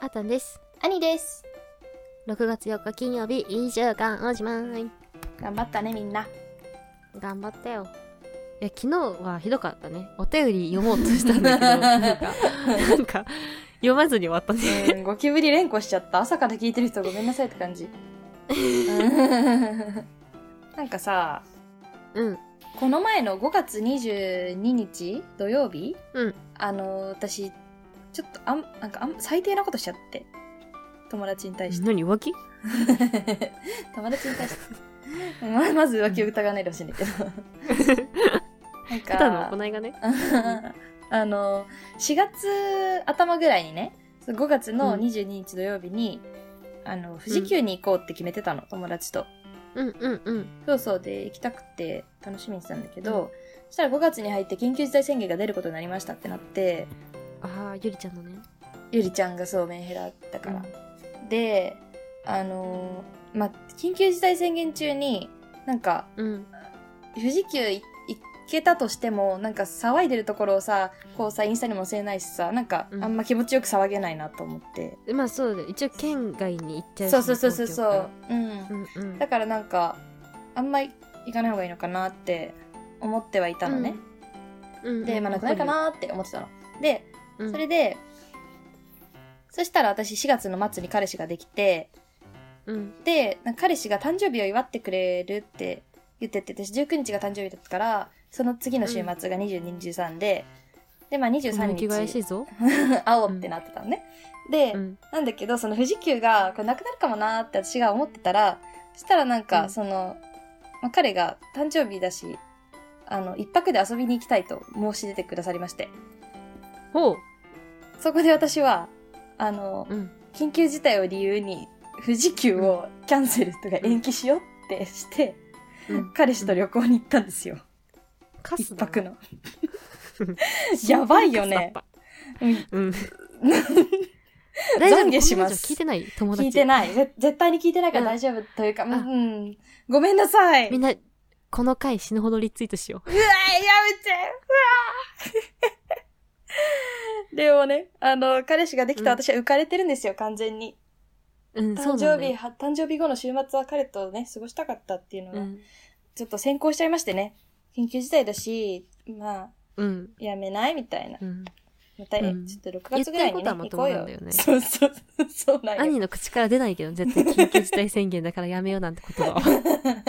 あたんです兄です6月4日金曜日いい週間おしまい頑張ったねみんな頑張ったよいや昨日はひどかったねお手売り読もうとしたんだけどなんかなんか読まずに終わったね うんゴキブリ連呼しちゃった朝から聞いてる人ごめんなさいって 感じうんなんかさうんこの前の5月22日土曜日、うんあの私ちょっとあんなんかあん最低なことしちゃって友達に対して何浮気 友達に対して ままず浮気を疑わないでほしいんだけ どなんあかたの行いがね あの4月頭ぐらいにね5月うのん22日土曜日に、あの富士急に行こうって決めてたの、友達とうんうんうんそうそうで行きたくて楽しみにしてたんだけど、そしたら5月に入って緊急事態宣言が出ることになりましたってなってああゆりちゃんのねゆりちゃんがそうメンヘラだから、であのーまあ緊急事態宣言中になんかうん富士急い行けたとしてもなんか騒いでるところをさこうさインスタにも載せないしさなんかうんあんま気持ちよく騒げないなと思って、うんまあそうだよ一応県外に行っちゃうしそねうそうそうそうそ東う、うん京からうんうんだからなんかあんまり行かない方がいいのかなって思ってはいたのね、うんうんでまあなくないかなって思ってたのでうんそれで、そしたら私4月の末に彼氏ができてうんでなんか彼氏が誕生日を祝ってくれるって言ってて私19日が誕生日だったからその次の週末が22、23ででまあ23生きがや日しいぞ会おうってなってたのね、で、うんなんだけどその富士急がこれなくなるかもなーって私が思ってたらそしたらなんか、うんその、まあ、彼が誕生日だしあの一泊で遊びに行きたいと申し出てくださりましてほうそこで私はあの、うん緊急事態を理由に富士急をキャンセルとか延期しようってして、うん彼氏と旅行に行ったんですよ、カ一スだな泊 のやばいよカスだっねたうん うん。大丈夫懺悔しこのラますジオ聞いてない友達。聞いてないぜ絶対に聞いてないから大丈夫というか、うんうんごめんなさいみんな、この回死ぬほどリツイートしようわやめてうわでもね、あの、彼氏ができたうん私は浮かれてるんですよ、完全に。う。うん、そう誕なん生だ日、よ。は誕生日後の週末は彼とね、過ごしたかったっていうのうが、ん。ちょっと先行しちゃいましてね。緊急事態だし、まあ、うん。やめないみたいな。うん。また、うんちょっと6月ぐらいに、ね、言ってるこ行とこはうまともなんよだよ。ねそうそう、そうなんよ兄の口から出ないけど、絶対緊急事態宣言だからやめようなんて言 葉は。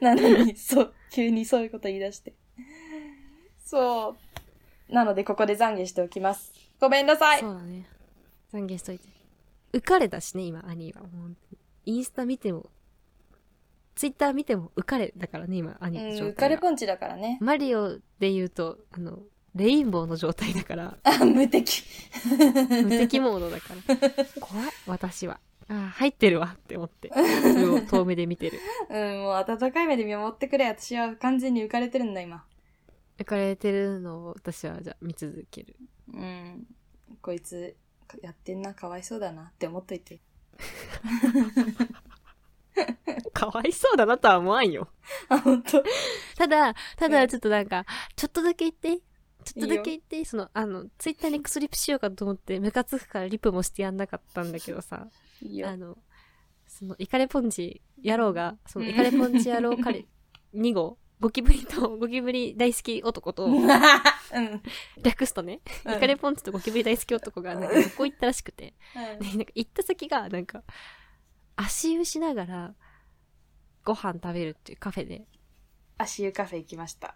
なのに、そう、急にそういうこと言い出して。そう。なので、ここで懺悔しておきます。ごめんなさいそうだね。懺悔しといて。浮かれだしね、今、兄は。もう本当にインスタ見ても、ツイッター見ても浮かれだからね、今、兄のう状態ん、は浮かれポンチだからね。 マリオで言うと、あの、レインボーの状態だから。あ、無敵。無敵モードだから怖い私はあー入ってるわって思ってそれを遠目で見てるうん、もう温かい目で見守ってくれ。私は完全に浮かれてるんだ、今。浮かれてるのを私はじゃあ見続けるうん。こいつ、やってんな、かわいそうだなって思っといて。 かわいそうだなとは思わんよあ、ほんと。ただたうだんちょっとなんか、ちょっとだけ言ってちょっとだけい言ってそのあのツイッターにクスリップしようかと思ってムカつくからリプもしてやんなかったんだけどさいいよあ。のそのイカレポンチ野郎がそのうんイカレポンチ野郎彼2号ゴキブリとゴキブリ大好き男と うん。うん略すとねイカレポンチとゴキブリ大好き男がなんか旅行行ったらしく てでなんか行った先がなんか足湯しながらご飯食べるっていうカフェで足湯カフェ行きました。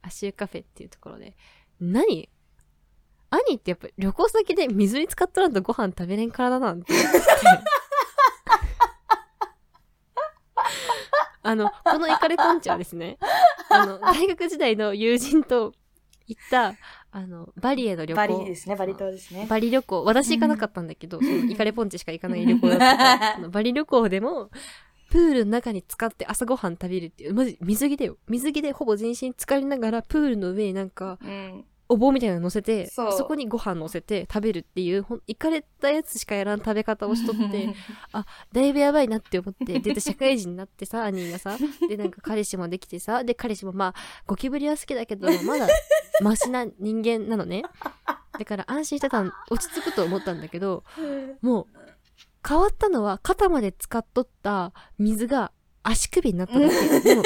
足湯カフェっていうところで何兄ってやっぱ旅行先で水に浸かっとらんとご飯食べれん体なんて思 ってあのこのイカレポンチはですねあの大学時代の友人と行ったあのバリへの旅行バリですね、バリ島ですね。バリ旅行、私行かなかったんだけど、そのイカレポンチしか行かない旅行だったから、そのバリ旅行でも、プールの中に浸かって朝ごはん食べるっていう、マジ水着だよ。水着でほぼ全身浸かりながら、プールの上になんか、うん。お棒みたいなの乗せてそうそこにご飯乗せて食べるっていうほんいかれたやつしかやらん食べ方をしと ってだいぶやばいなって思ってでで社会人になってさ 兄がさでなんか彼氏もできてさで彼氏もまあゴキブリは好きだけどまだマシな人間なのねだから安心してたん落ち着くと思ったんだけどもう変わったのは肩まで使っとった水が足首になっただけでも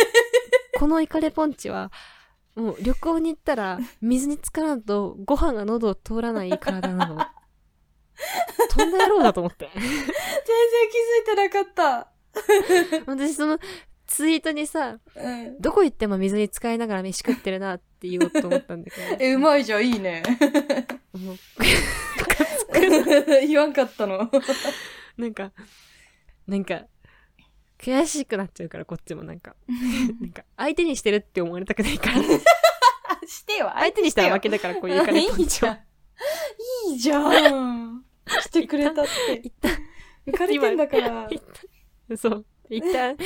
このイカレポンチはもう旅行に行ったら水に浸からんとご飯が喉を通らない体なのとんだ野郎だと思って全然気づいてなかっ私そのツイートにさた。うん。どこ行っても水に使いながら飯食ってるなって言おうと思ったんだけ え、うまいじゃん、いいね。どもう言わんかったの。なんかなんか悔しくなっちゃうからこっちもなんかなんか相手にしてるって思われたくない からあしてよ、相手にしたら負けだからこういう彼 いいじゃん。いいじゃん。してくれた って。一旦浮かれてんだから。一旦 そう一旦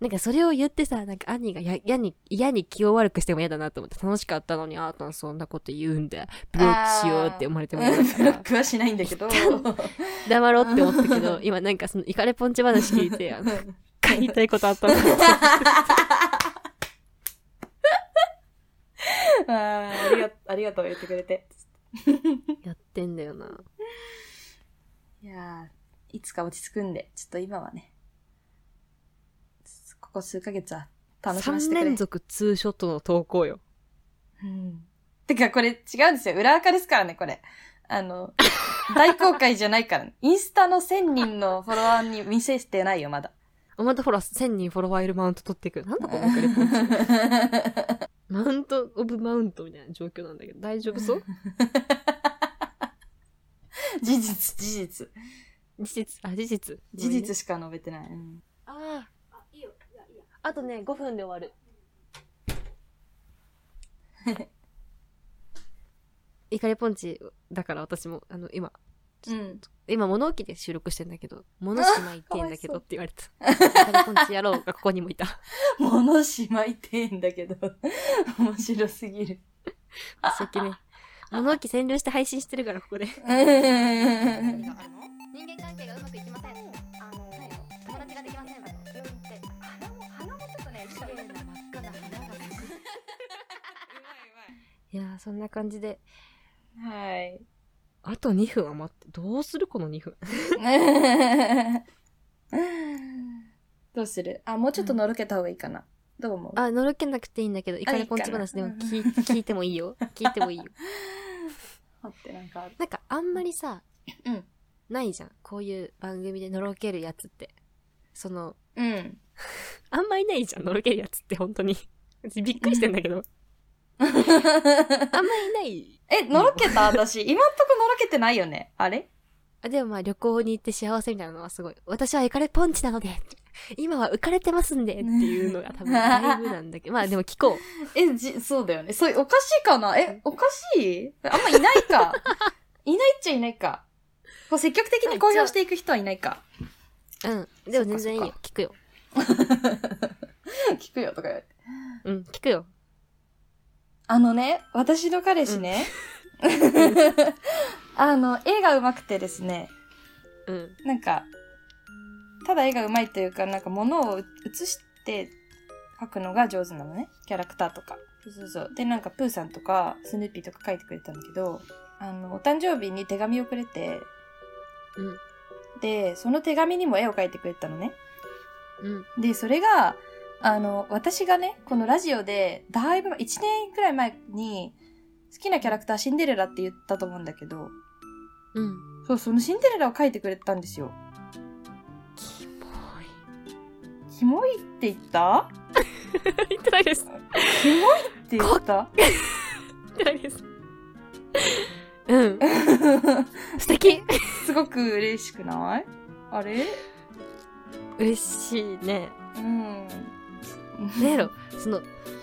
なんかそれを言ってさなんか兄がや嫌に嫌に気を悪くしても嫌だなと思って楽しかったのにあーたんそんなこと言うんだブロックしようって思われても嫌だかブロらックはしないんだけ ど。黙ろうって思ったけ ど今なんかそのイカレポンチ話聞い てあの言いたいことあったのあーありがありがとう、言ってくれて。やってんだよないやーいつか落ち着くんで、ちょっと今はね、ここ数ヶ月は楽しませ3てくれ。連続ツーショットの投稿ようん。てかこれ違うんですよ。裏垢ですからね、これ。あ の、大公開じゃないから、ね、インスタの1000人のフォロワーに見せてないよ、ま だ。おまたほら1000人フォロワーいるマウント取っていくなんだこのイカレ ポンチマウント・オブ・マウントみたいな状況なんだけど大丈夫そう事実、事実。事実あ事実事実しか述べてない。うんああいいよあとね5分で終 わるイカレポンチだから私もあの今うん。今物置で収録してんだけど物しまいてんだけどって言われたイカレポンチ野郎がここにもいた物しまいてんだけど、 面白すぎる。さっき ね物置占領して配信してるからここ でうん人間関係がうまくいきません。あの、友達ができません。病院って、鼻も、鼻もちょっとね、綺麗な真っ赤な花が咲く。 いやーそんな感じではい。あと2分余ってどうするこの2分 どうするあ、もうちょっとのろけた方がいいかな。どう思うあのろけなくていいんだけどイカレポンチ話でも聞い聞いてもいいよ聞いてもいいよ待って、なんかある。なんかあんまりさ、うんないじゃんこういう番組でのろけるやつってそのうん。 あんまりないじゃんのろけるやつって本当に 私びっくりしてんだけどあんまりないえ、のろけた 私。今んとこのろけてないよね。あれあでもまあ旅行に行って幸せみたいなのはすごい私はイカレポンチなので今は浮かれてますんでっていうのが多分だいぶなん だけどまあでも聞こうえ、じ、そうだよね。そう、おかしいかなえ、おかしいあんまいない か。いないっちゃいないか。こう積極的に公表していく人はいないか。うんでも全然いいそっよ聞くよ聞くよとか言われて。うん聞くよあのね、私の彼氏ね。 あの、絵が上手くてですね、うんなんか、ただ絵が上手いというか、なんか物を写して描くのが上手なのね。キャラクターとか。そうそうそう。で、なんかプーさんとか、スヌーピーとか描いてくれたんだけど、あの、お誕生日に手紙をくれて、うんで、その手紙にも絵を描いてくれたのね。うんで、それが、あの、私がね、このラジオで、だいぶ、1年くらい前に、好きなキャラクターシンデレラって言ったと思うんだけど、うんそう、そのシンデレラを描いてくれたんですよ。キモキモいって言ったい言ってないですキモいって言った言ってないですうん素敵すごく嬉しくないあれ嬉しいね。うん。なんやろ、その、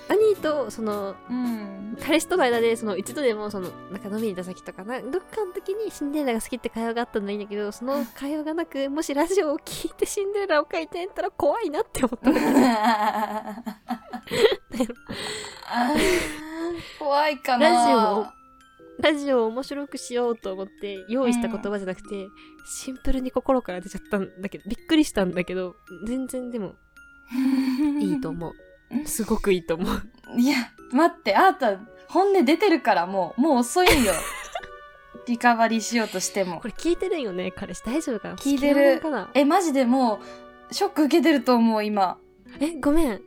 兄と、その、うん。彼氏との間で、その、一度でも、その、なんか飲みに行った先とかな、どっかの時にシンデレラが好きって会話があったのはいいんだけど、その会話がなく、もしラジオを聞いてシンデレラを書いてんやったら怖 いなって思った。 怖 いかなララジオを面白くしようと思って用意した言葉じゃなくて、シンプルに心から出ちゃったんだけどびっくりしたんだけど全然でもいいと思うすごくいいと思ういや待ってあなた本音出てるからもうもう遅い よリカバリーしようとしてもこれ聞いてるよね彼氏大丈夫かな聞いて付きる合わないかなええマジでもうショック受けてると思う今ごめん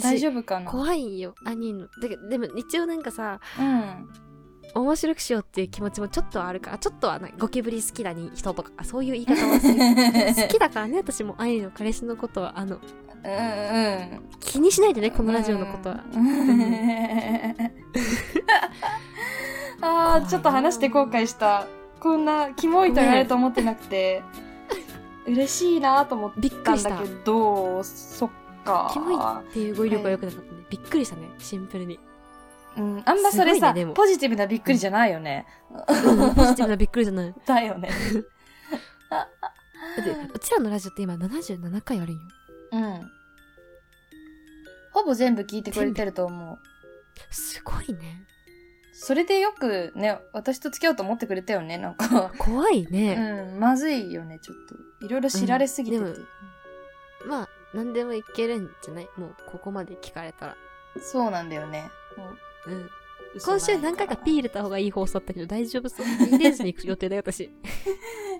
大丈夫夫かな怖いよ兄のだけどでも一応なんかさうん面白くしようっていう気持ちもちょっとはあるからちょっとはないゴキブリ好きだに人とかあそういう言い方はする 好きだからね私も兄の彼氏のことはあのうんうん気にしないでねこのラジオのことは、うん あーちょっと話して後悔したこんなキモいと言われると思ってなくて嬉しいなと思っびっくたりんしただけどそっかキモいっていう語彙力は良くなかったね、びっくりしたねシンプルに うん、あんまそすれごいさ、ねでもポジティブなびっくりじゃないよね。うんポジティブなびっくりじゃないだよね。だってうちらのラジオって今77回あるんようん。ほぼ全部聞いてくれてると思う。すごいねそれでよくね、私と付き合おうと思ってくれたよね、なんか。怖いうね、ん、まずいよね、ちょっと。いろいろ知られすぎてて。うんでまあ何でもいけるんじゃないもうここまで聞かれたらそうなんだよね。もううん嘘今ない週何回かピー入れた方がいい放送だったけど大丈夫 そう2レースに行く予定だよ私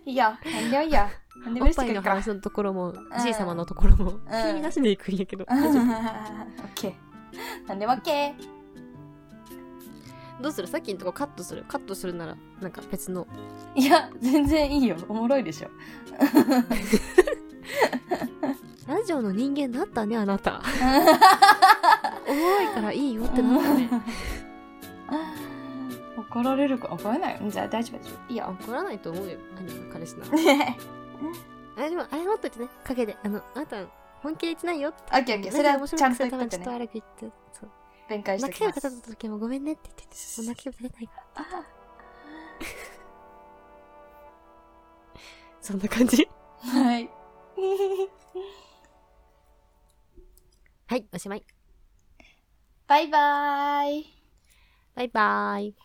いや、なんでいや。なんでおっ嬉しぱいくのるか。話のところも、じい様のところも、気になしで行くんやけど、オ大 丈夫ッケー。なんでわけどうするさっきのとこカットするカットするならなんか別のいや、全然いいよ。おもろいでしょ。ラジオの人間になったねあな た重いからいいよってなったね怒られるか怒られないよじゃあ大丈夫大丈夫いい よ怒らないと思うよ兄の彼氏ならねあでも謝っといてね陰であのあなた本気で言ってないよってオッケーオッケーそれはちゃんと言っといちてょっとね悪く言ってそう弁解し泣てきをき立ますてた時もごめんねって言っててそんな気を立てないから そんな感じはいはいおしまい バイバーイバイバーイ